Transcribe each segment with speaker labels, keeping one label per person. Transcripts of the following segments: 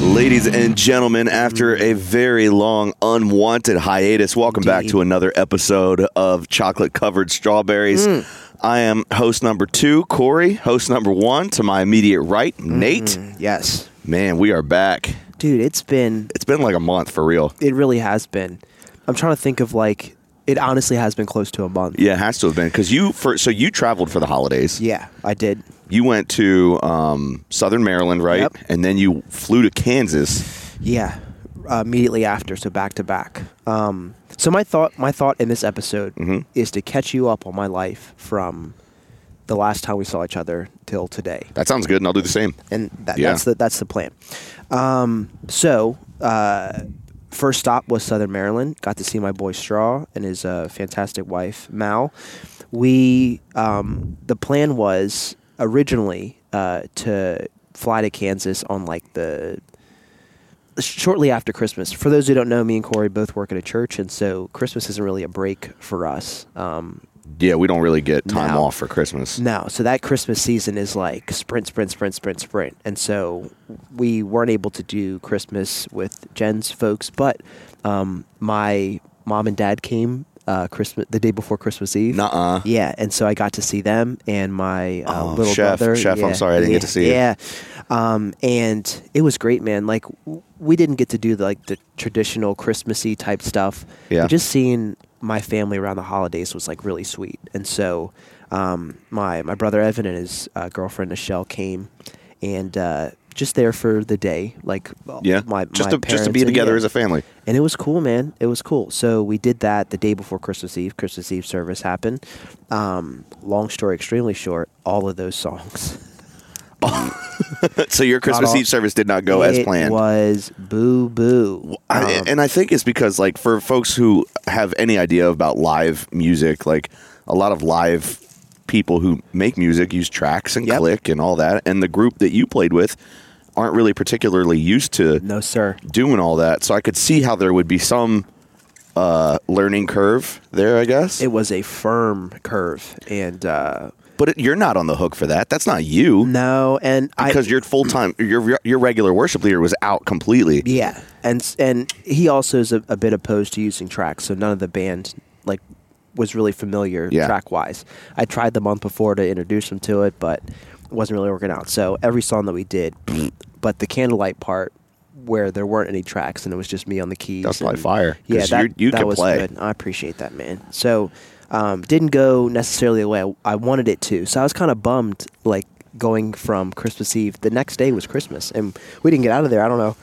Speaker 1: Ladies and gentlemen, after a very long, unwanted hiatus, welcome back to another episode of Chocolate Covered Strawberries.
Speaker 2: Mm.
Speaker 1: I am host number two, Corey. Host number one, to my immediate right,
Speaker 2: Mm-hmm.
Speaker 1: Nate.
Speaker 2: Yes.
Speaker 1: Man, we are back.
Speaker 2: Dude, it's been
Speaker 1: It's been like a month for real.
Speaker 2: it really has been. I'm trying to think of like it honestly has been close to a month.
Speaker 1: Yeah, it has to have been because you for so you traveled for the holidays.
Speaker 2: Yeah, I did.
Speaker 1: You went to um, Southern Maryland, right?
Speaker 2: Yep.
Speaker 1: And then you flew to Kansas.
Speaker 2: Yeah. Uh, immediately after, so back to back. Um so my thought my thought in this episode is to catch you up on my life from the last time we saw each other till today.
Speaker 1: That sounds good, and I'll do the same.
Speaker 2: and that,
Speaker 1: Yeah.
Speaker 2: that's the that's the plan. Um, so uh, first stop was Southern Maryland. Got to see my boy Straw and his uh, fantastic wife Mal. We um, the plan was originally uh, to fly to Kansas on like the shortly after Christmas. For those who don't know, me and Corey both work at a church, and so Christmas isn't really a break for us. Um,
Speaker 1: Yeah, we don't really get time
Speaker 2: No.
Speaker 1: off for Christmas.
Speaker 2: no, so that Christmas season is like sprint, sprint, sprint, sprint, sprint, and so we weren't able to do Christmas with Jen's folks, but um, my mom and dad came uh, Christmas the day before Christmas Eve.
Speaker 1: Nuh-uh.
Speaker 2: Yeah, and so I got to see them and my uh,
Speaker 1: Uh-huh. Oh,
Speaker 2: little
Speaker 1: Chef,
Speaker 2: brother.
Speaker 1: Chef, I'm
Speaker 2: Yeah,
Speaker 1: sorry I didn't get to
Speaker 2: yeah,
Speaker 1: see you.
Speaker 2: Yeah, um, and it was great, man. Like w- we didn't get to do the, like the traditional Christmassy type stuff.
Speaker 1: Yeah.
Speaker 2: But just seeing my family around the holidays was like really sweet, and so um, my my brother Evan and his uh, girlfriend Michelle came, and uh, just there for the day. Like
Speaker 1: Yeah, just
Speaker 2: my my
Speaker 1: to just to
Speaker 2: parents
Speaker 1: be
Speaker 2: and-
Speaker 1: together
Speaker 2: yeah.
Speaker 1: as a family.
Speaker 2: And it was cool, man. It was cool. So we did that the day before Christmas Eve. Christmas Eve service happened. Um, long story, extremely short. All of those songs.
Speaker 1: so your Christmas
Speaker 2: all-
Speaker 1: Eve service did not go as
Speaker 2: It
Speaker 1: planned.
Speaker 2: was Um, boo boo.
Speaker 1: I, and I think it's because like for folks who have any idea about live music, like a lot of live people who make music use tracks and
Speaker 2: Yep.
Speaker 1: click and all that, and the group that you played with aren't really particularly used to
Speaker 2: No sir.
Speaker 1: doing all that. So I could see how there would be some uh, learning curve there, I guess.
Speaker 2: It was a firm curve, and uh,
Speaker 1: but it, you're not on the hook for that. That's not you.
Speaker 2: no, and I
Speaker 1: Because your full time, your your regular worship leader was out completely.
Speaker 2: Yeah, and and he also is a, a bit opposed to using tracks, so none of the band like was really familiar
Speaker 1: Yeah.
Speaker 2: track wise. I tried the month before to introduce them to it, but it wasn't really working out. So every song that we did, but the candlelight part where there weren't any tracks and it was just me on the keys.
Speaker 1: That's probably
Speaker 2: and-
Speaker 1: fire,
Speaker 2: Yeah,
Speaker 1: 'cause
Speaker 2: that,
Speaker 1: you're- you
Speaker 2: that
Speaker 1: can
Speaker 2: was
Speaker 1: play.
Speaker 2: good. I appreciate that, man. So um, didn't go necessarily the way I, I wanted it to. So I was kind of bummed, like going from Christmas Eve. The next day was Christmas, and we didn't get out of there. I don't know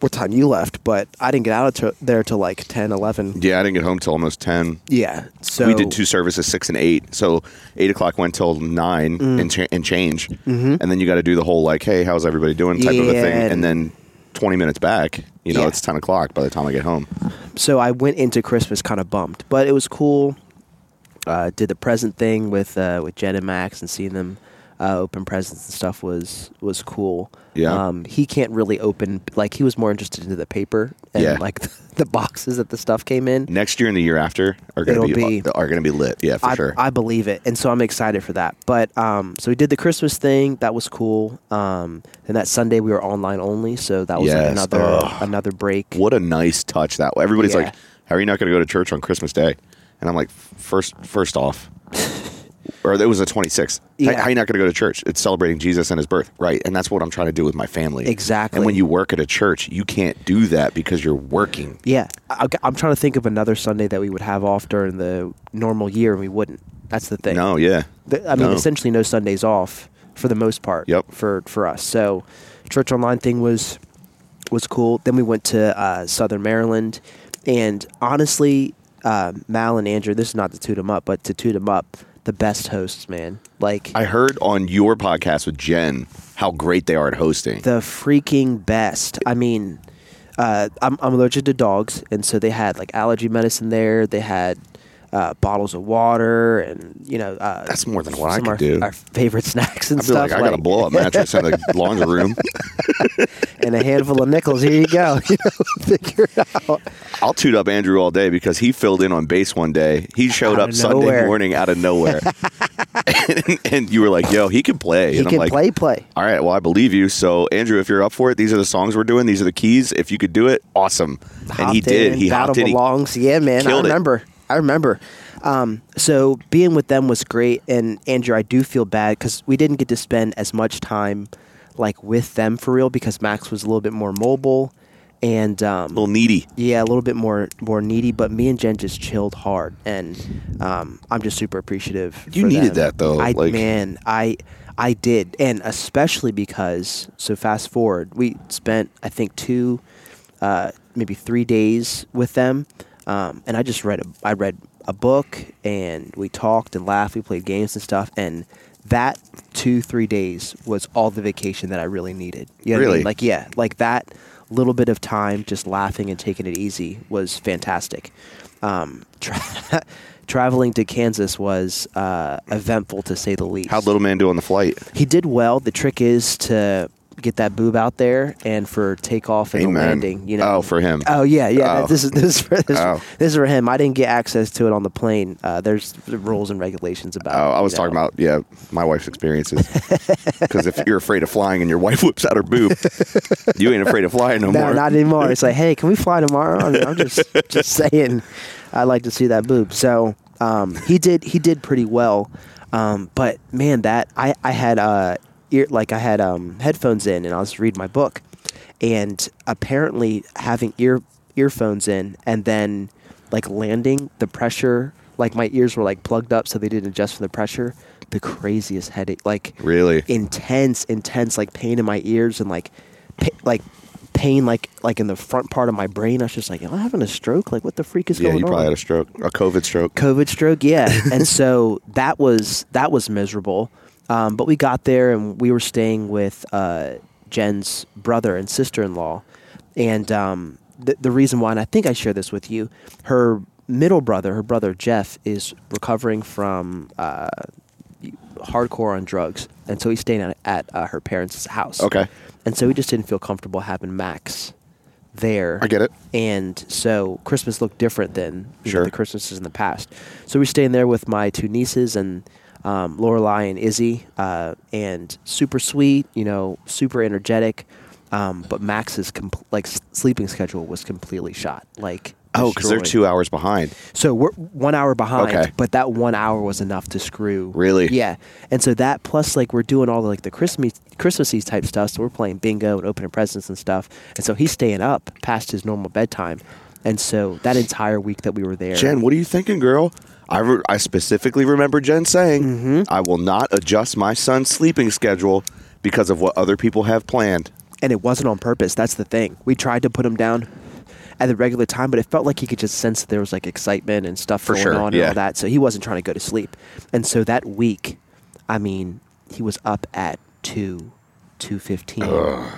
Speaker 2: what time you left, but I didn't get out of to- there till like 10, 11.
Speaker 1: Yeah, I didn't get home till almost ten.
Speaker 2: Yeah. So
Speaker 1: we did two services, six and eight. So eight o'clock went till nine
Speaker 2: Mm.
Speaker 1: and, cha- and change, mm-hmm. and then you got to do the whole like, hey, how's everybody doing type of a
Speaker 2: Yeah,
Speaker 1: thing, and,
Speaker 2: and-
Speaker 1: then twenty minutes back, you know,
Speaker 2: Yeah.
Speaker 1: it's ten o'clock by the time I get home.
Speaker 2: so I went into Christmas kind of bumped, but it was cool. Uh, did the present thing with uh, with Jen and Max and seeing them uh, open presents and stuff was was cool.
Speaker 1: Yeah.
Speaker 2: Um, he can't really open like he was more interested into the paper and
Speaker 1: Yeah.
Speaker 2: like the, boxes that the stuff came in.
Speaker 1: Next year and the year after are going
Speaker 2: It'll
Speaker 1: to be,
Speaker 2: be-
Speaker 1: are going to be lit. Yeah, for
Speaker 2: I,
Speaker 1: sure.
Speaker 2: I believe it, and so I'm excited for that. But um, so we did the Christmas thing. That was cool. Um, and that Sunday we were online only, so that was like,
Speaker 1: Yes.
Speaker 2: another
Speaker 1: Ugh.
Speaker 2: another break.
Speaker 1: what a nice touch that. Everybody's
Speaker 2: Yeah.
Speaker 1: like, how are you not going to go to church on Christmas Day? And I'm like, first, first off. Or it was the 26th. How-
Speaker 2: Yeah.
Speaker 1: How, are you not going to go to church? It's celebrating Jesus and his birth, right? And that's what I'm trying to do with my family.
Speaker 2: Exactly.
Speaker 1: And when you work at a church, you can't do that because you're working.
Speaker 2: Yeah, I, am trying to think of another Sunday that we would have off during the normal year, and we wouldn't. That's the thing.
Speaker 1: No, yeah.
Speaker 2: The- I mean,
Speaker 1: No.
Speaker 2: essentially, no Sundays off for the most part.
Speaker 1: Yep.
Speaker 2: For for us, so church online thing was was cool. Then we went to uh, Southern Maryland, and honestly, uh, Mal and Andrew, this is not to toot them up, but to toot them up, the best hosts, man. Like
Speaker 1: I heard on your podcast with Jen how great they are at hosting.
Speaker 2: the freaking best. I mean, uh, I'm, I'm allergic to dogs, and so they had like allergy medicine there. They had uh, bottles of water, and you know uh,
Speaker 1: That's more than what I
Speaker 2: some of
Speaker 1: could
Speaker 2: our,
Speaker 1: do.
Speaker 2: Our favorite snacks and
Speaker 1: I feel
Speaker 2: stuff.
Speaker 1: like I got a blow up mattress in the laundry room.
Speaker 2: and a handful of nickels. Here you go. You know, figure it out.
Speaker 1: I'll toot up Andrew all day because he filled in on base one day. He showed
Speaker 2: Out
Speaker 1: up
Speaker 2: of
Speaker 1: Sunday
Speaker 2: nowhere.
Speaker 1: morning out of nowhere, and, and you were like, "Yo, he can play."
Speaker 2: He
Speaker 1: and
Speaker 2: can
Speaker 1: I'm like,
Speaker 2: play, play.
Speaker 1: All right, well, I believe you. So, Andrew, if you're up for it, these are the songs we're doing. These are the keys. If you could do it, awesome. and he
Speaker 2: hopped
Speaker 1: did.
Speaker 2: in,
Speaker 1: he
Speaker 2: Battle
Speaker 1: hopped in. He-
Speaker 2: belongs. yeah, man. I
Speaker 1: killed it.
Speaker 2: remember. I remember. Um, so being with them was great, and Andrew, I do feel bad because we didn't get to spend as much time like with them for real because Max was a little bit more mobile, and um,
Speaker 1: little needy.
Speaker 2: yeah, a little bit more more needy. But me and Jen just chilled hard, and um, I'm just super appreciative.
Speaker 1: You
Speaker 2: for
Speaker 1: needed
Speaker 2: them.
Speaker 1: that, though,
Speaker 2: I,
Speaker 1: like-
Speaker 2: man, I I did, and especially because so fast forward, we spent I think two, uh, maybe three days with them, um, and I just read a, I read a book, and we talked and laughed, we played games and stuff, and. That two three days was all the vacation that I really needed. You know what I mean?
Speaker 1: Really?
Speaker 2: Like yeah, like that little bit of time just laughing and taking it easy was fantastic. Um, tra- traveling to Kansas was uh, eventful to say the least.
Speaker 1: How'd little man do on the flight?
Speaker 2: he did well. The trick is to get that boob out there and for takeoff and the
Speaker 1: Amen.
Speaker 2: landing. You know.
Speaker 1: Oh, for him.
Speaker 2: Oh yeah, yeah.
Speaker 1: Oh.
Speaker 2: This is this is for this,
Speaker 1: Oh.
Speaker 2: this is for him. I didn't get access to it on the plane. Uh, there's rules and regulations about.
Speaker 1: Oh, I
Speaker 2: you
Speaker 1: was
Speaker 2: know.
Speaker 1: talking about yeah, my wife's experiences. Because if you're afraid of flying and your wife whips out her boob, you ain't afraid of flying no,
Speaker 2: No,
Speaker 1: more.
Speaker 2: not anymore. It's like, hey, can we fly tomorrow? I mean, I'm just just saying, I like to see that boob. So um, he did he did pretty well, um, but man, that I I had uh ear like I had um headphones in and I was reading my book, and apparently having ear earphones in and then like landing the pressure like my ears were like plugged up so they didn't adjust for the pressure the craziest headache like
Speaker 1: Really?
Speaker 2: intense, intense like pain in my ears and like pa- like pain like like in the front part of my brain. I was just like, am I having a stroke? Like, what the freak is
Speaker 1: yeah,
Speaker 2: going
Speaker 1: you probably
Speaker 2: on?
Speaker 1: had a stroke, a COVID stroke.
Speaker 2: COVID stroke, yeah. and so that was that was miserable. Um, but we got there and we were staying with uh, Jen's brother and sister in law, and um, the the reason why, and I think I shared this with you, her middle brother, her brother Jeff, is recovering from. Uh, hardcore on drugs and so he's staying at, at uh, her parents' house
Speaker 1: Okay.
Speaker 2: and so we just didn't feel comfortable having max there
Speaker 1: I get it.
Speaker 2: and so Christmas looked different than you know,
Speaker 1: Sure.
Speaker 2: the Christmases in the past. So we're staying there with my two nieces and um, Lorelai and Izzy, uh, and super sweet, you know, super energetic. Um, but Max's comp- like s- sleeping schedule was completely shot. Like
Speaker 1: Oh, because they're
Speaker 2: destroyed.
Speaker 1: two hours behind.
Speaker 2: So we're one hour behind,
Speaker 1: Okay.
Speaker 2: but that one hour was enough to screw.
Speaker 1: Really?
Speaker 2: Yeah. And so that plus like we're doing all the like the Christmas Christmassy type stuff. So we're playing bingo and opening presents and stuff. And so he's staying up past his normal bedtime. And so that entire week that we were there,
Speaker 1: Jen, what are you thinking, girl? I, re- I specifically remember Jen saying,
Speaker 2: Mm-hmm.
Speaker 1: I will not adjust my son's sleeping schedule because of what other people have planned.
Speaker 2: and it wasn't on purpose. That's the thing. We tried to put him down at the regular time, but it felt like he could just sense that there was like excitement and stuff going
Speaker 1: sure,
Speaker 2: on and
Speaker 1: yeah.
Speaker 2: all that. So he wasn't trying to go to sleep. And so that week, I mean, he was up at two. 215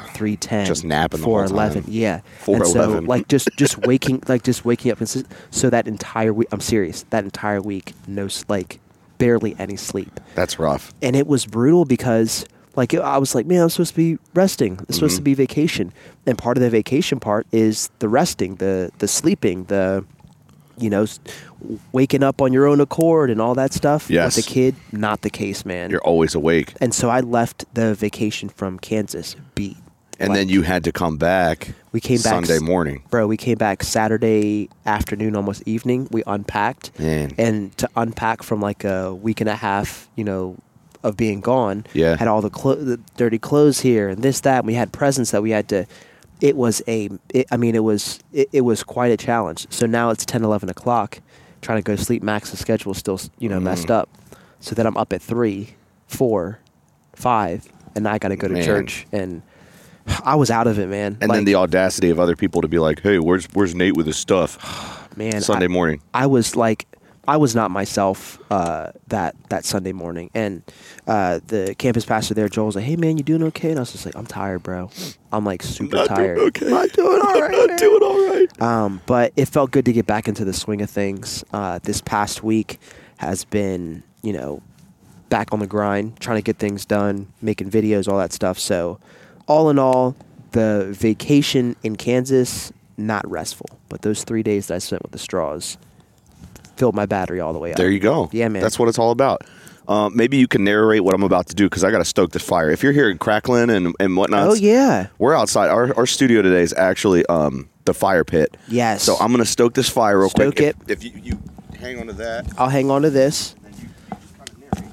Speaker 2: 310
Speaker 1: Just napping the whole
Speaker 2: 411
Speaker 1: time.
Speaker 2: yeah and so
Speaker 1: 411.
Speaker 2: like just just waking like just waking up and s- so that entire week i'm serious that entire week no s- like barely any sleep
Speaker 1: That's rough.
Speaker 2: and it was brutal because like I was like, man, I'm supposed to be resting. It's
Speaker 1: Mm-hmm.
Speaker 2: supposed to be vacation, and part of the vacation part is the resting, the the sleeping, the you know, s- waking up on your own accord and all that stuff.
Speaker 1: Yes.
Speaker 2: with the kid, not the case, man.
Speaker 1: You're always awake.
Speaker 2: and so I left the vacation from Kansas beat,
Speaker 1: And
Speaker 2: Like,
Speaker 1: then you had to come back
Speaker 2: we came back
Speaker 1: Sunday
Speaker 2: s-
Speaker 1: morning.
Speaker 2: bro. We came back Saturday afternoon, almost evening. We unpacked,
Speaker 1: Man.
Speaker 2: and to unpack from like a week and a half, you know, of being gone.
Speaker 1: Yeah.
Speaker 2: had all the, clo- the dirty clothes here and this that. And we had presents that we had to. It was a. It, I mean, it was it, it was quite a challenge. So now it's 10, 11 o'clock, trying to go to sleep. Max's schedule still you
Speaker 1: Mm.
Speaker 2: know messed up, so then I'm up at three, four, five, and I got to go to
Speaker 1: Man.
Speaker 2: church and. I was out of it, man.
Speaker 1: And
Speaker 2: Like-
Speaker 1: then the audacity of other people to be like, hey, where's, where's Nate with his stuff?
Speaker 2: man
Speaker 1: Sunday
Speaker 2: I,
Speaker 1: morning.
Speaker 2: i was like i was not myself uh, that that sunday morning and uh, the campus pastor there joel was like hey man you doing okay and i was just like i'm tired bro i'm like super
Speaker 1: Not doing
Speaker 2: tired
Speaker 1: okay.
Speaker 2: i'm not doing all right
Speaker 1: I'm
Speaker 2: man.
Speaker 1: doing all right.
Speaker 2: Um, but it felt good to get back into the swing of things. Uh, this past week has been, you know, back on the grind, trying to get things done, making videos, all that stuff. So, all in all, the vacation in Kansas, not restful. But those three days that I spent with the straws filled my battery all the way up.
Speaker 1: There you go.
Speaker 2: Yeah, man.
Speaker 1: That's what it's all about. Uh, maybe you can narrate what I'm about to do because I got to stoke the fire. If you're hearing crackling and, and whatnot,
Speaker 2: Oh, yeah.
Speaker 1: we're outside. Our, our studio today is actually um, the fire pit.
Speaker 2: Yes.
Speaker 1: So I'm going to stoke this fire real
Speaker 2: Stoke
Speaker 1: quick.
Speaker 2: it.
Speaker 1: If, if you, you hang on to that,
Speaker 2: I'll hang on to this.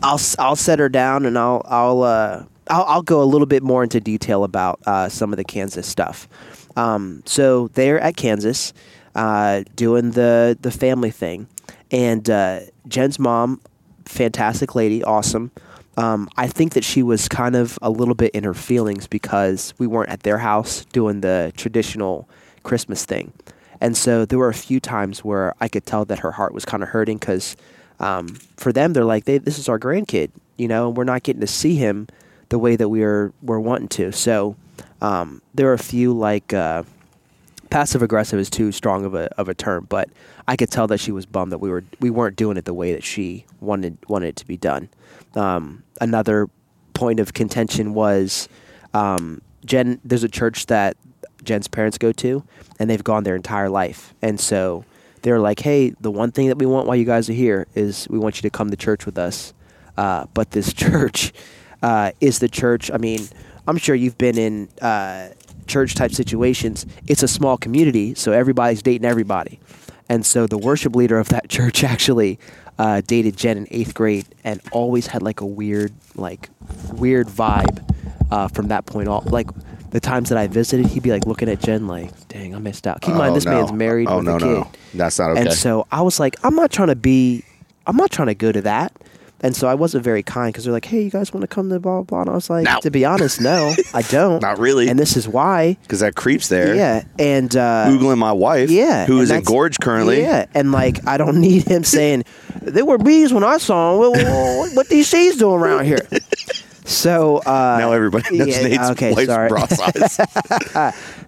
Speaker 2: I'll s- I'll set her down and I'll I'll uh, I'll, I'll go a little bit more into detail about uh, some of the Kansas stuff. Um, so they're at Kansas uh, doing the the family thing, and uh, Jen's mom, fantastic lady, awesome. Um, I think that she was kind of a little bit in her feelings because we weren't at their house doing the traditional Christmas thing. And so there were a few times where I could tell that her heart was kind of hurting because um, for them, they're like, they, this is our grandkid, you know, and we're not getting to see him the way that we are, we're wanting to. So um, there are a few like uh, passive aggressive is too strong of a, of a term, but I could tell that she was bummed that we were, we weren't doing it the way that she wanted, wanted it to be done. Um, another point of contention was um, Jen, there's a church that Jen's parents go to, and they've gone their entire life. And so they're like, hey, the one thing that we want while you guys are here is we want you to come to church with us. Uh, but this church uh, is the church. I mean, I'm sure you've been in uh, church type situations. It's a small community, so everybody's dating everybody. And so the worship leader of that church actually uh, dated Jen in eighth grade and always had like a weird, like, weird vibe uh, from that point on. Like the times that I visited, he'd be like looking at Jen like, "Dang, I missed out." Keep in
Speaker 1: Oh,
Speaker 2: mind, this
Speaker 1: no.
Speaker 2: man's married
Speaker 1: Oh,
Speaker 2: with
Speaker 1: no,
Speaker 2: a kid,
Speaker 1: no. That's not okay.
Speaker 2: and so I was like, "I'm not trying to be, I'm not trying to go to that." And so I wasn't very kind because they're like, "Hey, you guys want to come to blah blah?" blah?" And I was like,
Speaker 1: No.
Speaker 2: "To be honest, no, I don't.
Speaker 1: Not really.
Speaker 2: And this is why.
Speaker 1: because that creeps there.
Speaker 2: Yeah. And uh,
Speaker 1: Googling my wife,
Speaker 2: yeah,
Speaker 1: who
Speaker 2: and
Speaker 1: is
Speaker 2: that's-
Speaker 1: engorged currently.
Speaker 2: Yeah, and like I don't need him saying there were bees when I saw him. What, what, what these seeds doing around here? So uh,
Speaker 1: Now everybody knows
Speaker 2: yeah,
Speaker 1: Nate's
Speaker 2: okay,
Speaker 1: wife's
Speaker 2: sorry.
Speaker 1: bra size.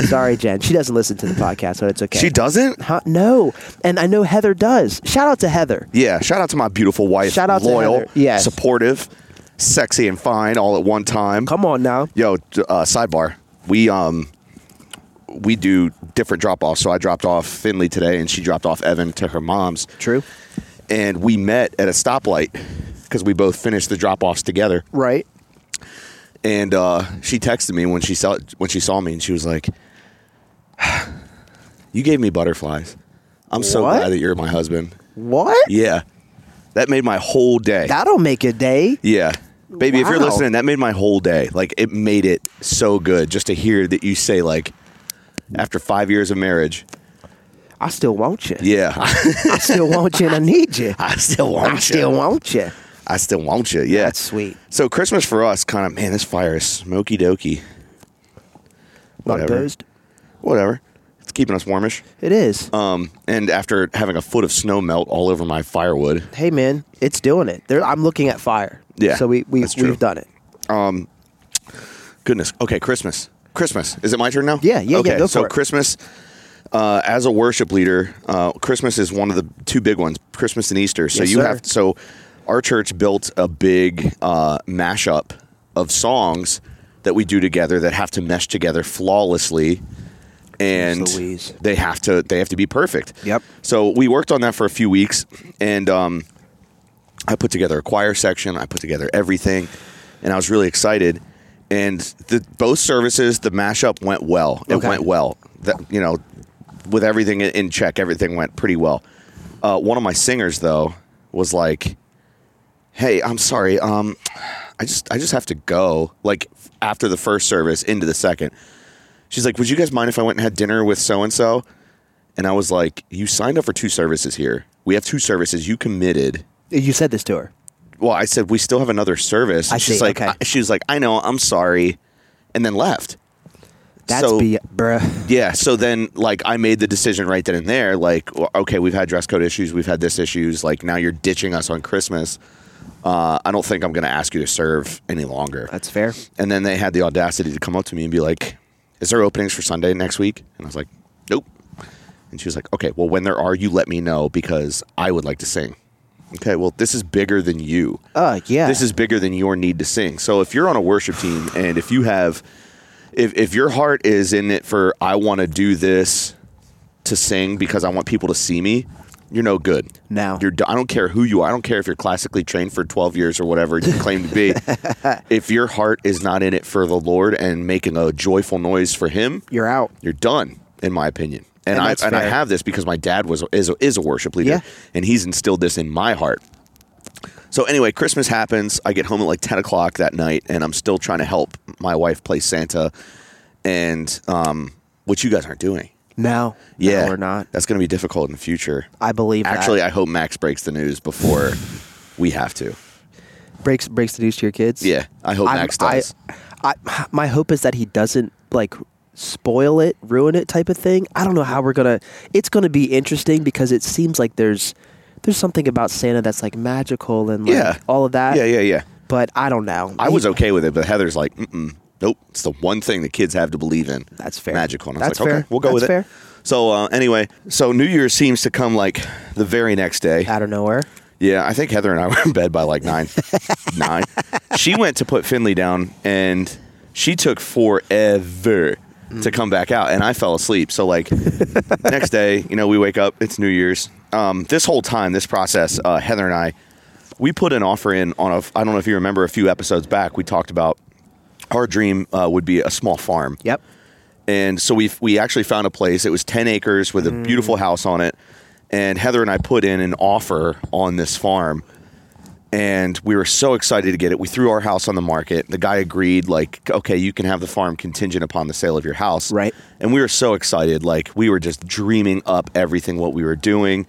Speaker 2: Sorry, Jen. She doesn't listen to the podcast, but it's okay.
Speaker 1: She doesn't.
Speaker 2: Huh? No, and I know Heather does. Shout out to Heather.
Speaker 1: Yeah, shout out to my beautiful wife.
Speaker 2: Shout out to
Speaker 1: loyal,
Speaker 2: Heather. Yes.
Speaker 1: supportive, sexy and fine all at one time.
Speaker 2: Come on now.
Speaker 1: Yo, t- uh, sidebar. We um we do different drop offs. So I dropped off Finley today and she dropped off Evan to her mom's
Speaker 2: True.
Speaker 1: and we met at a stoplight cuz we both finished the drop offs together.
Speaker 2: Right.
Speaker 1: And uh, she texted me when she saw when she saw me and she was like You gave me butterflies. I'm so
Speaker 2: What?
Speaker 1: glad that you're my husband.
Speaker 2: What?
Speaker 1: Yeah. That made my whole day.
Speaker 2: That'll make a day.
Speaker 1: Yeah. Baby, if you're
Speaker 2: Wow.
Speaker 1: listening, that made my whole day. Like it made it so good just to hear that you say like after 5 years of marriage.
Speaker 2: I still want you.
Speaker 1: Yeah.
Speaker 2: I still want you, and I need you.
Speaker 1: I still want
Speaker 2: I
Speaker 1: you.
Speaker 2: still want you.
Speaker 1: I still want you. Yeah.
Speaker 2: That's sweet.
Speaker 1: So Christmas for us kind of man, this fire is smoky doky.
Speaker 2: Not
Speaker 1: Whatever.
Speaker 2: opposed.
Speaker 1: Whatever. It's keeping us warmish.
Speaker 2: It is.
Speaker 1: Um and after having a foot of snow melt all over my firewood,
Speaker 2: hey man, it's doing it. There, I'm looking at fire.
Speaker 1: Yeah,
Speaker 2: So we, we
Speaker 1: that's true.
Speaker 2: we've done it.
Speaker 1: Goodness. Okay, Christmas. Christmas. Is it my turn now?
Speaker 2: Yeah, yeah, yeah,
Speaker 1: okay,
Speaker 2: go
Speaker 1: so
Speaker 2: for it.
Speaker 1: Christmas. Uh, as a worship leader, uh, Christmas is one of the two big ones: Christmas and Easter. So
Speaker 2: Yes,
Speaker 1: you
Speaker 2: sir.
Speaker 1: have so our church built a big uh, mashup of songs that we do together that have to mesh together flawlessly, and
Speaker 2: Jeez Louise.
Speaker 1: they have to they have to be perfect.
Speaker 2: Yep.
Speaker 1: So we worked on that for a few weeks, and um, I put together a choir section. I put together everything, and I was really excited. And the, both services, the mashup went well. It
Speaker 2: Okay.
Speaker 1: went well. That you know, with everything in- in check, everything went pretty well. Uh, one of my singers though was like, "Hey, I'm sorry. Um, I just I just have to go. Like after the first service into the second, she's like, "Would you guys mind if I went and had dinner with so and so?" And I was like, "You signed up for two services here. We have two services. You committed."
Speaker 2: You said this to her.
Speaker 1: well, I said we still have another service.
Speaker 2: I
Speaker 1: And she's
Speaker 2: see,
Speaker 1: like,
Speaker 2: okay.
Speaker 1: I- she was like, I know, I'm sorry, and then left.
Speaker 2: That's
Speaker 1: So-
Speaker 2: be bruh.
Speaker 1: Yeah. So then, like, I made the decision right then and there. Like, w- okay, we've had dress code issues, we've had this issues. Like, now you're ditching us on Christmas. Uh, I don't think I'm going to ask you to serve any longer.
Speaker 2: That's fair.
Speaker 1: And then they had the audacity to come up to me and be like, "Is there openings for Sunday next week?" And I was like, "Nope." And she was like, okay, well, when there are, you let me know because I would like to sing. Okay, well, this is bigger than you.
Speaker 2: Uh, yeah.
Speaker 1: This is bigger than your need to sing. So if you're on a worship team and if you have, if, if your heart is in it for, I want to do this to sing because I want people to see me, you're no good.
Speaker 2: No.
Speaker 1: You're, do- I don't care who you are. I don't care if you're classically trained for 12 years or whatever you claim to be. if your heart is not in it for the Lord and making a joyful noise for Him,
Speaker 2: You're out.
Speaker 1: you're done, in my opinion. And,
Speaker 2: And
Speaker 1: I
Speaker 2: that's
Speaker 1: and I
Speaker 2: fair.
Speaker 1: have this because my dad was is a, is a worship leader,
Speaker 2: Yeah.
Speaker 1: and he's instilled this in my heart. So anyway, Christmas happens. I get home at like ten o'clock that night, and I'm still trying to help my wife play Santa, and um, which you guys aren't doing.
Speaker 2: No.
Speaker 1: Yeah,
Speaker 2: No, we're not.
Speaker 1: That's going to be difficult in the future.
Speaker 2: I believe that.
Speaker 1: Actually, I hope Max breaks the news before we have to.
Speaker 2: breaks breaks the news to your kids.
Speaker 1: Yeah, I hope
Speaker 2: I'm-
Speaker 1: Max does.
Speaker 2: I, I, my hope is that he doesn't like spoil it, ruin it, type of thing. I don't know how we're gonna. It's gonna be interesting because it seems like there's there's something about Santa that's like magical and like
Speaker 1: yeah,
Speaker 2: all of that.
Speaker 1: Yeah, yeah, yeah.
Speaker 2: But I don't know.
Speaker 1: I was okay with it, but Heather's like, Mm-mm, nope. It's the one thing the kids have to believe in.
Speaker 2: That's fair.
Speaker 1: Magical. And I was
Speaker 2: That's
Speaker 1: like,
Speaker 2: fair.
Speaker 1: Okay, we'll go
Speaker 2: That's
Speaker 1: with
Speaker 2: fair.
Speaker 1: it. So uh, anyway, so New Year's seems to come like the very next day.
Speaker 2: out of nowhere.
Speaker 1: Yeah, I think Heather and I were in bed by like nine. nine. She went to put Finley down, and she took forever to come back out, and I fell asleep. So like next day, you know, we wake up. It's New Year's. Um, this whole time, this process, uh, Heather and I, we put an offer in on a. I don't know if you remember a few episodes back, we talked about our dream uh, would be a small farm.
Speaker 2: Yep.
Speaker 1: And so we we actually found a place. It was ten acres with a
Speaker 2: Mm.
Speaker 1: beautiful house on it. And Heather and I put in an offer on this farm, and we were so excited to get it. We threw our house on the market. The guy agreed, like, okay, you can have the farm contingent upon the sale of your house.
Speaker 2: Right.
Speaker 1: And we were so excited, like we were just dreaming up everything what we were doing.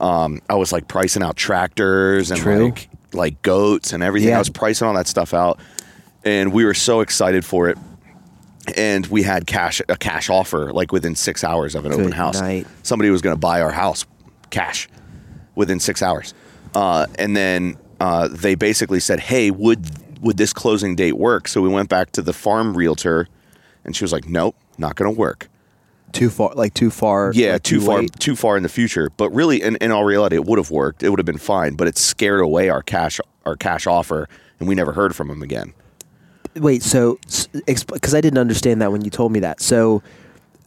Speaker 1: Um, I was like pricing out tractors and
Speaker 2: True.
Speaker 1: like like goats and everything.
Speaker 2: Yeah.
Speaker 1: I was pricing all that stuff out, and we were so excited for it and we had cash a cash offer like within six hours of an open
Speaker 2: Good
Speaker 1: house.
Speaker 2: night.
Speaker 1: Somebody was going to buy our house cash within six hours, uh, and then uh, they basically said, "Hey, would would this closing date work?" So we went back to the farm realtor, and she was like, "Nope, not going to work."
Speaker 2: Too far. Like too far.
Speaker 1: Yeah,
Speaker 2: like,
Speaker 1: too far,
Speaker 2: late.
Speaker 1: too far in the future. But really, in, in all reality, it would have worked. It would have been fine. But it scared away our cash our cash offer, and we never heard from them again.
Speaker 2: Wait. So because I didn't understand that when you told me that. So.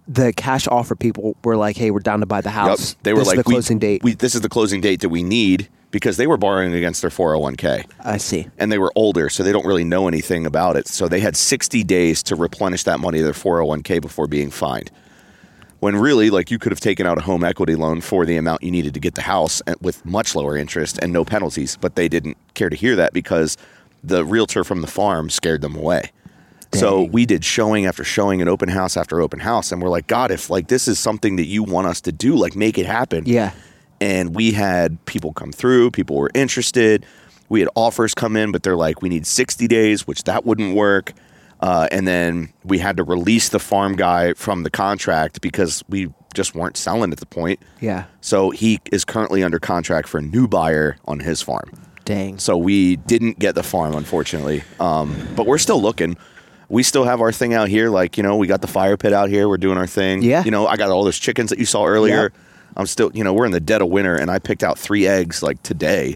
Speaker 2: The cash offer people were like, "Hey, we're down to buy the
Speaker 1: Yep.
Speaker 2: house.
Speaker 1: They were
Speaker 2: This is
Speaker 1: like,
Speaker 2: the
Speaker 1: we-
Speaker 2: closing date."
Speaker 1: We, this is the closing date that we need because they were borrowing against their 401k
Speaker 2: I see.
Speaker 1: and they were older, so they don't really know anything about it. So they had 60 days to replenish that money to their 401k before being fined. When really, like, you could have taken out a home equity loan for the amount you needed to get the house at- with much lower interest and no penalties, but they didn't care to hear that because the realtor from the farm scared them away. So
Speaker 2: Dang.
Speaker 1: we did showing after showing and open house after open house, and we're like, God, if like this is something that you want us to do, like make it happen
Speaker 2: Yeah.
Speaker 1: and we had people come through people were interested we had offers come in but they're like we need 60 days which that wouldn't work uh, and then we had to release the farm guy from the contract because we just weren't selling at the point
Speaker 2: Yeah.
Speaker 1: so he is currently under contract for a new buyer on his farm
Speaker 2: Dang.
Speaker 1: so we didn't get the farm unfortunately um, but we're still looking we still have our thing out here like you know we got the fire pit out here we're doing our thing
Speaker 2: Yeah.
Speaker 1: you know i got all those chickens that you saw earlier
Speaker 2: Yep.
Speaker 1: i'm still you know we're in the dead of winter and i picked out three eggs like today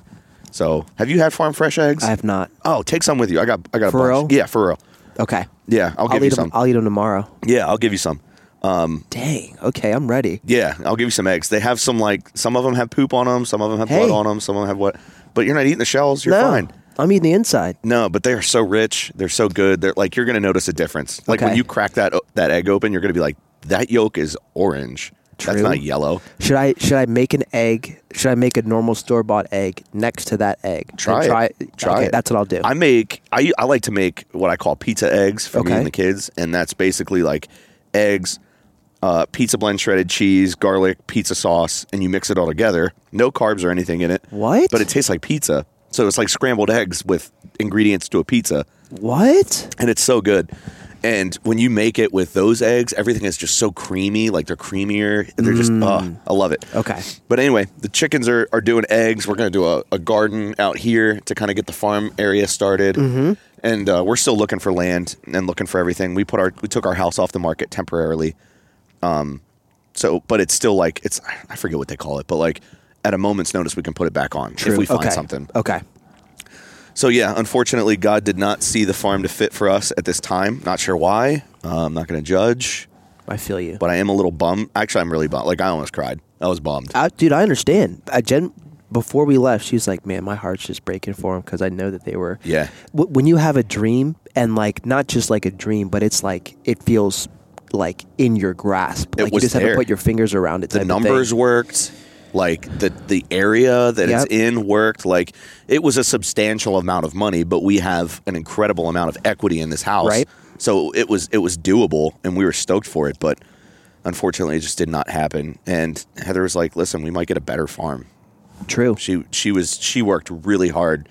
Speaker 1: so have you had farm fresh eggs
Speaker 2: I have not.
Speaker 1: oh take some with you i got i got
Speaker 2: For
Speaker 1: a bunch
Speaker 2: real?
Speaker 1: yeah for real
Speaker 2: Okay.
Speaker 1: yeah i'll, give
Speaker 2: eat
Speaker 1: you
Speaker 2: 'em-
Speaker 1: some
Speaker 2: I'll eat them tomorrow.
Speaker 1: yeah i'll give you some
Speaker 2: Dang. Okay, I'm ready.
Speaker 1: yeah i'll give you some eggs they have some like some of them have poop on them some of them have
Speaker 2: Hey.
Speaker 1: blood on them some of them have what but you're not eating the shells you're
Speaker 2: no,
Speaker 1: fine
Speaker 2: I'm eating the inside.
Speaker 1: No, but they are so rich. They're so good. They're like you're going to notice a difference. Like when
Speaker 2: Okay.
Speaker 1: you crack that that egg open, you're going to be like, that yolk is orange. That's
Speaker 2: True.
Speaker 1: not yellow.
Speaker 2: Should I should I make an egg? Should I make a normal store bought egg next to that egg?
Speaker 1: Try
Speaker 2: And
Speaker 1: it.
Speaker 2: Try,
Speaker 1: Try
Speaker 2: okay,
Speaker 1: it.
Speaker 2: That's what I'll do.
Speaker 1: I make I I like to make what I call pizza eggs for me
Speaker 2: Okay.
Speaker 1: and the kids, and that's basically like eggs, uh, pizza blend, shredded cheese, garlic, pizza sauce, and you mix it all together. No carbs or anything in it.
Speaker 2: What?
Speaker 1: But it tastes like pizza. So it's like scrambled eggs with ingredients to a pizza.
Speaker 2: what?
Speaker 1: and it's so good. And when you make it with those eggs, everything is just so creamy. Like they're creamier. They're just, oh, I love it.
Speaker 2: Mm. Okay.
Speaker 1: But anyway, the chickens are, are doing eggs. We're going to do a, a garden out here to kind of get the farm area started. Mm-hmm. And uh, we're still looking for land and looking for everything. We put our we took our house off the market temporarily. Um, So, but it's still like it's I forget what they call it, but like at a moment's notice we can put it back on
Speaker 2: True.
Speaker 1: if we find
Speaker 2: okay.
Speaker 1: something.
Speaker 2: Okay.
Speaker 1: So yeah, unfortunately, God did not see the farm to fit for us at this time. Not sure why. Uh, I'm not going to judge,
Speaker 2: I feel you.
Speaker 1: but I am a little bummed. Actually, I'm really bummed. Like I almost cried. I was bummed.
Speaker 2: I, dude, I understand. I, Jen, before we left, she was like, "Man, my heart's just breaking for him because I know that they were."
Speaker 1: Yeah.
Speaker 2: W- when you have a dream and like not just like a dream, but it's like it feels like in your grasp.
Speaker 1: It
Speaker 2: like
Speaker 1: was
Speaker 2: you just have
Speaker 1: there.
Speaker 2: to put your fingers around it.
Speaker 1: the
Speaker 2: type
Speaker 1: numbers
Speaker 2: Of
Speaker 1: worked like the the area that
Speaker 2: Yep.
Speaker 1: it's in worked like it was a substantial amount of money but we have an incredible amount of equity in this house
Speaker 2: Right.
Speaker 1: so it was it was doable and we were stoked for it but unfortunately it just did not happen and heather was like listen we might get a better farm
Speaker 2: thing. True.
Speaker 1: she she was she worked really hard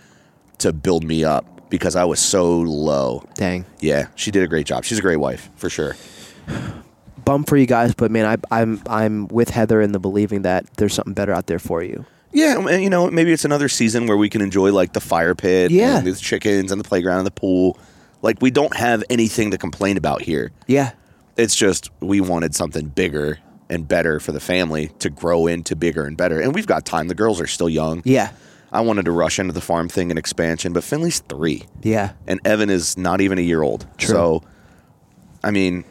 Speaker 1: to build me up because i was so low
Speaker 2: Dang.
Speaker 1: yeah she did a great job she's a great wife for sure
Speaker 2: Bum for you guys, but man, I, I'm I'm with Heather in the believing that there's something better out there for you.
Speaker 1: Yeah, and you know, maybe it's another season where we can enjoy like the fire pit,
Speaker 2: Yeah.
Speaker 1: and the chickens and the playground and the pool. Like we don't have anything to complain about here.
Speaker 2: Yeah.
Speaker 1: It's just we wanted something bigger and better for the family to grow into bigger and better. And we've got time. The girls are still young.
Speaker 2: Yeah.
Speaker 1: I wanted to rush into the farm thing and expansion, but Finley's three,
Speaker 2: Yeah.
Speaker 1: and Evan is not even a year old.
Speaker 2: True.
Speaker 1: So, I mean,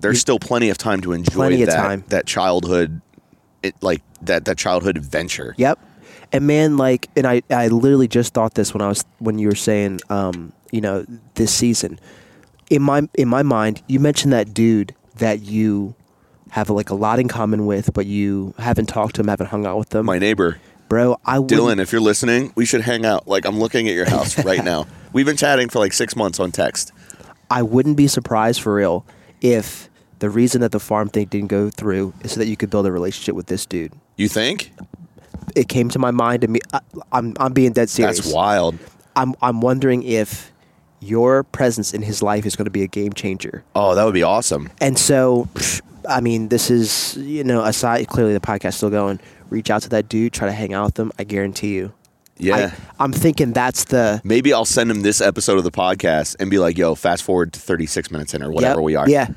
Speaker 1: there's still plenty of time to enjoy
Speaker 2: Plenty of
Speaker 1: that
Speaker 2: time.
Speaker 1: that childhood, it, like that that childhood adventure.
Speaker 2: Yep. And man, like, and I, I literally just thought this when I was when you were saying, um, you know, this season. In my in my mind, you mentioned that dude that you have like a lot in common with, but you haven't talked to him, haven't hung out with them,
Speaker 1: My neighbor
Speaker 2: bro. I wouldn't-
Speaker 1: Dylan, if you're listening, we should hang out. Like I'm looking at your house right now. We've been chatting for like six months on text.
Speaker 2: I wouldn't be surprised for real if the reason that the farm thing didn't go through is so that you could build a relationship with this dude.
Speaker 1: You think?
Speaker 2: It came to my mind, and me, I, I'm I'm being dead serious.
Speaker 1: That's wild.
Speaker 2: I'm I'm wondering if your presence in his life is going to be a game changer.
Speaker 1: Oh, that would be awesome.
Speaker 2: And so, psh, I mean, this is you know, aside clearly the podcast's still going. Reach out to that dude, try to hang out with them. I guarantee you.
Speaker 1: Yeah.
Speaker 2: I, I'm thinking that's the
Speaker 1: Maybe I'll send him this episode of the podcast and be like, yo, fast forward to 36 minutes in or whatever
Speaker 2: Yep,
Speaker 1: we are.
Speaker 2: Yeah,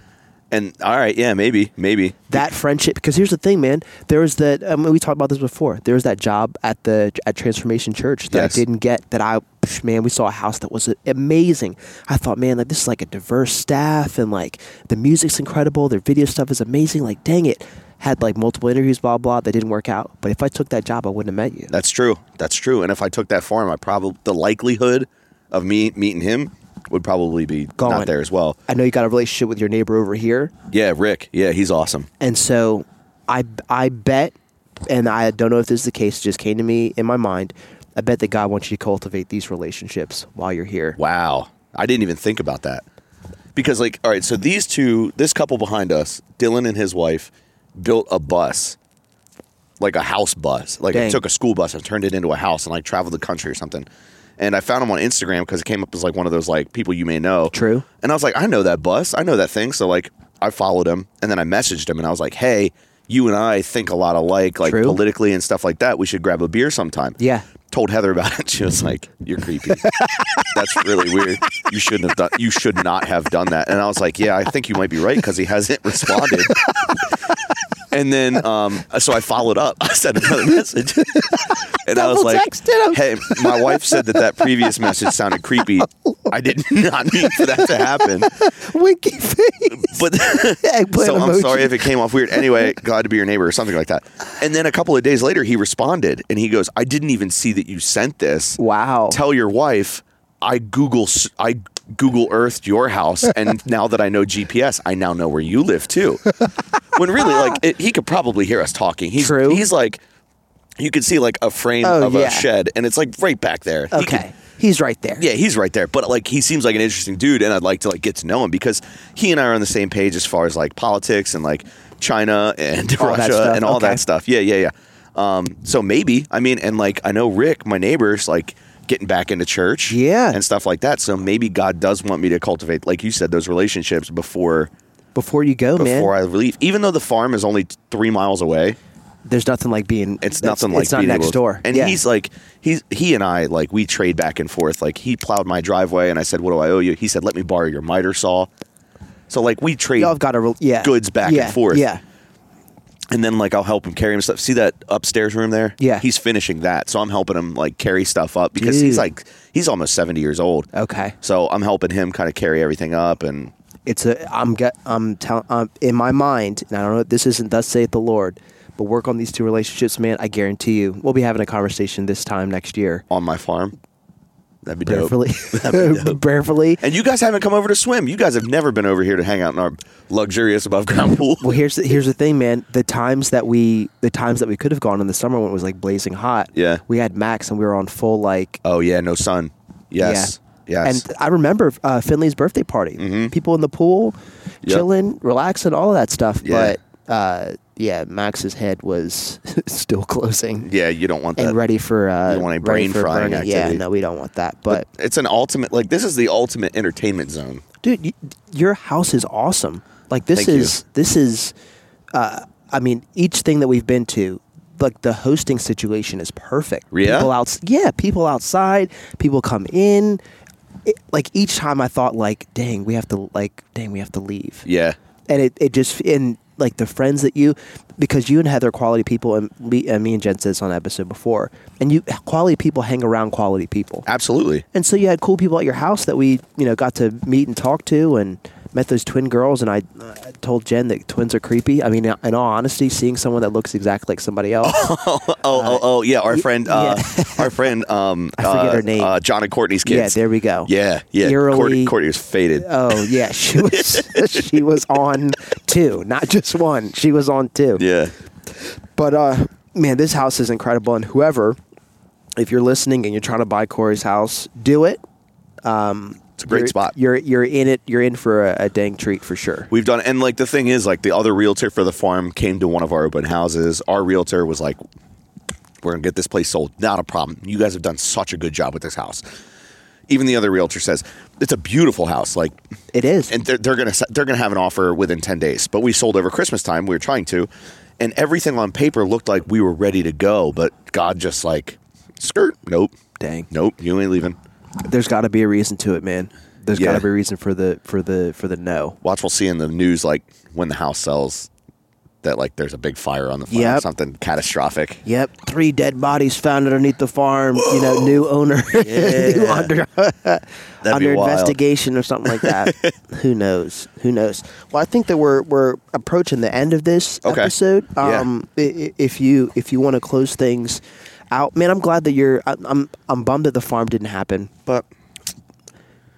Speaker 1: And all right, yeah, maybe, maybe.
Speaker 2: that friendship. Because here's the thing, man. There was that. I mean, we talked about this before. There was that job at the at Transformation Church that
Speaker 1: Yes.
Speaker 2: I didn't get. That I, psh, man, we saw a house that was amazing. I thought, man, like this is like a diverse staff, and like the music's incredible. Their video stuff is amazing. Like, dang it. Had like multiple interviews, blah blah. They didn't work out. But if I took that job, I wouldn't have met you.
Speaker 1: That's true. That's true. And if I took that form, I probably the likelihood of me meeting him would probably be
Speaker 2: Gone.
Speaker 1: not there as well.
Speaker 2: I know you got a relationship with your neighbor over here,
Speaker 1: Yeah, Rick. Yeah, he's awesome.
Speaker 2: and so I I bet, and I don't know if this is the case. It just came to me in my mind. I bet that God wants you to cultivate these relationships while you're here.
Speaker 1: Wow. I didn't even think about that. Because, like, all right, so these two, this couple behind us, Dylan and his wife, built a bus, like a house bus. Like, I
Speaker 2: Dang.
Speaker 1: took a school bus and turned it into a house and, like, traveled the country or something. And I found him on Instagram because it came up as, like, one of those, like, people you may know.
Speaker 2: True.
Speaker 1: And I was like, I know that bus. I know that thing. So, like, I followed him and then I messaged him and I was like, hey, you and I think a lot alike, like,
Speaker 2: True.
Speaker 1: politically and stuff like that. We should grab a beer sometime
Speaker 2: Yeah.
Speaker 1: told Heather about it. She was like, "You're creepy. That's really weird. You shouldn't have done. You should not have done that." And I was like, "Yeah, I think you might be right because he hasn't responded." and then, um, so I followed up. I sent another message, and I was
Speaker 2: Double
Speaker 1: like,
Speaker 2: texted him.
Speaker 1: "Hey, my wife said that that previous message sounded creepy. I did not mean for that to happen."
Speaker 2: Winky face.
Speaker 1: But
Speaker 2: Eggplant
Speaker 1: so I'm
Speaker 2: emoji.
Speaker 1: sorry if it came off weird. Anyway, glad to be your neighbor or something like that. And then a couple of days later, he responded and he goes, "I didn't even see that you sent this.
Speaker 2: Wow.
Speaker 1: Tell your wife I Google s- I Google Earthed your house, and now that I know GPS, I now know where you live too. when really, like it, he could probably hear us talking. He's,
Speaker 2: True.
Speaker 1: He's like, you could see like a frame
Speaker 2: Oh,
Speaker 1: of
Speaker 2: yeah.
Speaker 1: a shed, and it's like right back there. He could-
Speaker 2: okay. He's right there.
Speaker 1: yeah, he's right there. But like, he seems like an interesting dude, and I'd like to like get to know him because he and I are on the same page as far as like politics and like China and
Speaker 2: All that
Speaker 1: Russia
Speaker 2: stuff,
Speaker 1: and all
Speaker 2: okay.
Speaker 1: that stuff. Yeah, yeah, yeah. Um, so maybe I mean, and like I know Rick, my neighbor's like getting back into church,
Speaker 2: Yeah.
Speaker 1: and stuff like that. So maybe God does want me to cultivate, like you said, those relationships before
Speaker 2: Before you go, man.
Speaker 1: before I leave. Even though the farm is only three miles away,
Speaker 2: there's nothing like being.
Speaker 1: it's
Speaker 2: that's-
Speaker 1: nothing like
Speaker 2: it's not
Speaker 1: being
Speaker 2: next
Speaker 1: able-
Speaker 2: door.
Speaker 1: And
Speaker 2: Yeah.
Speaker 1: he's like, he's he and I like we trade back and forth. Like he plowed my driveway, and I said, "What do I owe you?" He said, "Let me borrow your miter saw." So like we trade
Speaker 2: y'all have got a re- yeah
Speaker 1: goods back
Speaker 2: Yeah.
Speaker 1: and forth.
Speaker 2: Yeah.
Speaker 1: and then like I'll help him carry him stuff. See that upstairs room there?
Speaker 2: Yeah.
Speaker 1: he's finishing that, so I'm helping him like carry stuff up because he's
Speaker 2: Dude. Oh.
Speaker 1: like he's almost seventy years old.
Speaker 2: Okay.
Speaker 1: So I'm helping him kind of carry everything up, and
Speaker 2: It's a I'm get I'm telling um, in my mind, and I don't know. This isn't thus saith the Lord, but work on these two relationships, man. I guarantee you, we'll be having a conversation this time next year.
Speaker 1: on my farm, that'd be dope.
Speaker 2: Prayerfully,
Speaker 1: That'd be dope.
Speaker 2: prayerfully.
Speaker 1: And you guys haven't come over to swim. You guys have never been over here to hang out in our luxurious above ground pool.
Speaker 2: Well, here's the, here's the thing, man. The times that we the times that we could have gone in the summer when it was like blazing hot.
Speaker 1: Yeah.
Speaker 2: we had Max, and we were on full like
Speaker 1: Oh yeah, no sun. Yes.
Speaker 2: Yeah.
Speaker 1: Yes. Mm-hmm.
Speaker 2: And I remember uh, Finley's birthday party. People in the pool,
Speaker 1: Yep.
Speaker 2: chilling, relaxing, all of that stuff.
Speaker 1: Yeah.
Speaker 2: But uh, yeah, Max's head was still closing
Speaker 1: yeah, you don't want that.
Speaker 2: and ready for uh,
Speaker 1: You want a
Speaker 2: ready
Speaker 1: brain
Speaker 2: for
Speaker 1: frying
Speaker 2: burning.
Speaker 1: activity.
Speaker 2: Yeah, no, we don't want that. But,
Speaker 1: It's an ultimate like this is the ultimate entertainment zone.
Speaker 2: dude, you, your house is awesome. Like this
Speaker 1: Thank you.
Speaker 2: is this is. Uh, I mean, each thing that we've been to. Like the hosting situation is perfect.
Speaker 1: Yeah?
Speaker 2: People outs- yeah, people outside, people come in. It, like each time I thought like, dang, we have to like, dang, we have to leave.
Speaker 1: Yeah.
Speaker 2: and it, it just in like the friends that you because you and Heather are quality people and me and me and Jen said this on an episode before and you quality people hang around quality people
Speaker 1: Absolutely.
Speaker 2: and so you had cool people at your house that we you know got to meet and talk to and met those twin girls and I uh, told Jen that twins are creepy I mean in all honesty seeing someone that looks exactly like somebody else
Speaker 1: Oh, oh, oh, yeah. Our friend, uh, our friend, um,
Speaker 2: I forget
Speaker 1: uh,
Speaker 2: her name.
Speaker 1: Uh, John and Courtney's
Speaker 2: yeah
Speaker 1: kids.
Speaker 2: there we go
Speaker 1: Yeah, yeah.
Speaker 2: Eerily-
Speaker 1: Courtney, Courtney was faded.
Speaker 2: oh yeah she was she was on two not just one she was on two
Speaker 1: yeah,
Speaker 2: But uh, man, this house is incredible. And whoever, if you're listening and you're trying to buy Corey's house, do it.
Speaker 1: it's a great
Speaker 2: you're,
Speaker 1: spot.
Speaker 2: You're you're in it. You're in for a, a dang treat for sure.
Speaker 1: We've done, and like the thing is, like the other realtor for the farm came to one of our open houses. Our realtor was like, "We're gonna get this place sold. Not a problem. You guys have done such a good job with this house." Even the other realtor says it's a beautiful house. Like
Speaker 2: It is.
Speaker 1: and they're, they're gonna s- they're gonna have an offer within ten days. But we sold over Christmas time. We were trying to, and everything on paper looked like we were ready to go. But God just like skirt. Nope.
Speaker 2: dang.
Speaker 1: Nope. You ain't leaving.
Speaker 2: There's got to be a reason to it, man. There's
Speaker 1: Yeah.
Speaker 2: got to be a reason for the for the for the no.
Speaker 1: Watch. We'll see in the news like when the house sells that like there's a big fire on the farm.
Speaker 2: Yep.
Speaker 1: Something catastrophic.
Speaker 2: Yep, three dead bodies found underneath the farm. You know, new owner, new under
Speaker 1: That'd be
Speaker 2: under
Speaker 1: wild.
Speaker 2: investigation or something like that. Who knows? Who knows? Well, I think that we're we're approaching the end of this
Speaker 1: Okay.
Speaker 2: episode.
Speaker 1: Yeah.
Speaker 2: Um, i- i- if you if you want to close things out, man, I'm glad that you're. I- I'm I'm bummed that the farm didn't happen, but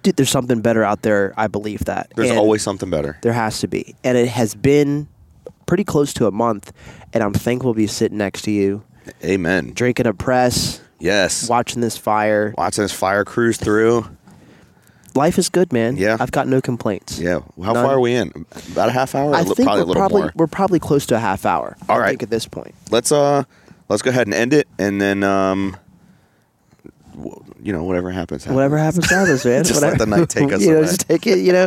Speaker 2: dude, there's something better out there. I believe that
Speaker 1: There's
Speaker 2: And-
Speaker 1: always something better.
Speaker 2: there has to be. And it has been pretty close to a month. And I'm thankful to be sitting next to you,
Speaker 1: Amen.
Speaker 2: drinking a press,
Speaker 1: Yes.
Speaker 2: watching this fire.
Speaker 1: Watching this fire cruise through.
Speaker 2: Life is good, man.
Speaker 1: Yeah.
Speaker 2: I've got no complaints.
Speaker 1: Yeah. How
Speaker 2: None.
Speaker 1: far are we in? About a half hour.
Speaker 2: I
Speaker 1: Li-
Speaker 2: think
Speaker 1: probably a
Speaker 2: we're,
Speaker 1: little
Speaker 2: probably,
Speaker 1: more.
Speaker 2: we're probably close to a half hour.
Speaker 1: All
Speaker 2: I
Speaker 1: right.
Speaker 2: think at this point.
Speaker 1: let's uh let's go ahead and end it and then um w- you know whatever happens, happens.
Speaker 2: Whatever happens, happens, man.
Speaker 1: Just let
Speaker 2: Whatever.
Speaker 1: the night take us
Speaker 2: you know,
Speaker 1: away.
Speaker 2: just take it, you know,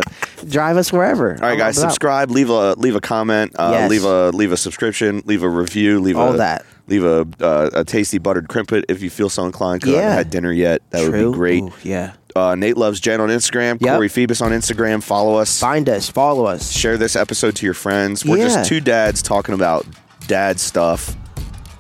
Speaker 2: drive us wherever.
Speaker 1: all right guys subscribe leave a leave a comment uh,
Speaker 2: Yes.
Speaker 1: leave a leave a subscription leave a review leave
Speaker 2: All
Speaker 1: a
Speaker 2: that.
Speaker 1: leave a uh, a tasty buttered crimpet if you feel so inclined 'cause I haven't
Speaker 2: Yeah.
Speaker 1: had dinner yet that would
Speaker 2: True.
Speaker 1: be great
Speaker 2: Ooh, yeah.
Speaker 1: uh, Nate loves Jen on Instagram
Speaker 2: Yep.
Speaker 1: Corey Phoebus on Instagram follow us
Speaker 2: Find us, follow us.
Speaker 1: share this episode to your friends we're
Speaker 2: Yeah.
Speaker 1: just two dads talking about dad stuff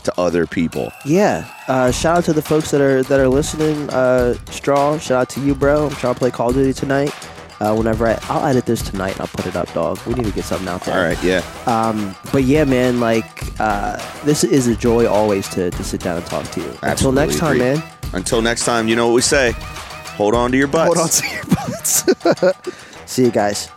Speaker 1: to other people
Speaker 2: Yeah. Uh, shout out to the folks that are that are listening. Uh, Straw, shout out to you, bro. I'm trying to play Call of Duty tonight. Uh, whenever I, I'll edit this tonight, and I'll put it up, dog. We need to get something out there. Um,
Speaker 1: all right yeah
Speaker 2: But yeah, man, like uh, this is a joy always to, to sit down and talk to you. Until
Speaker 1: Absolutely
Speaker 2: next time,
Speaker 1: agree.
Speaker 2: man.
Speaker 1: Until next time, you know what we say. Hold on to your butts.
Speaker 2: Hold on to your butts. See you guys.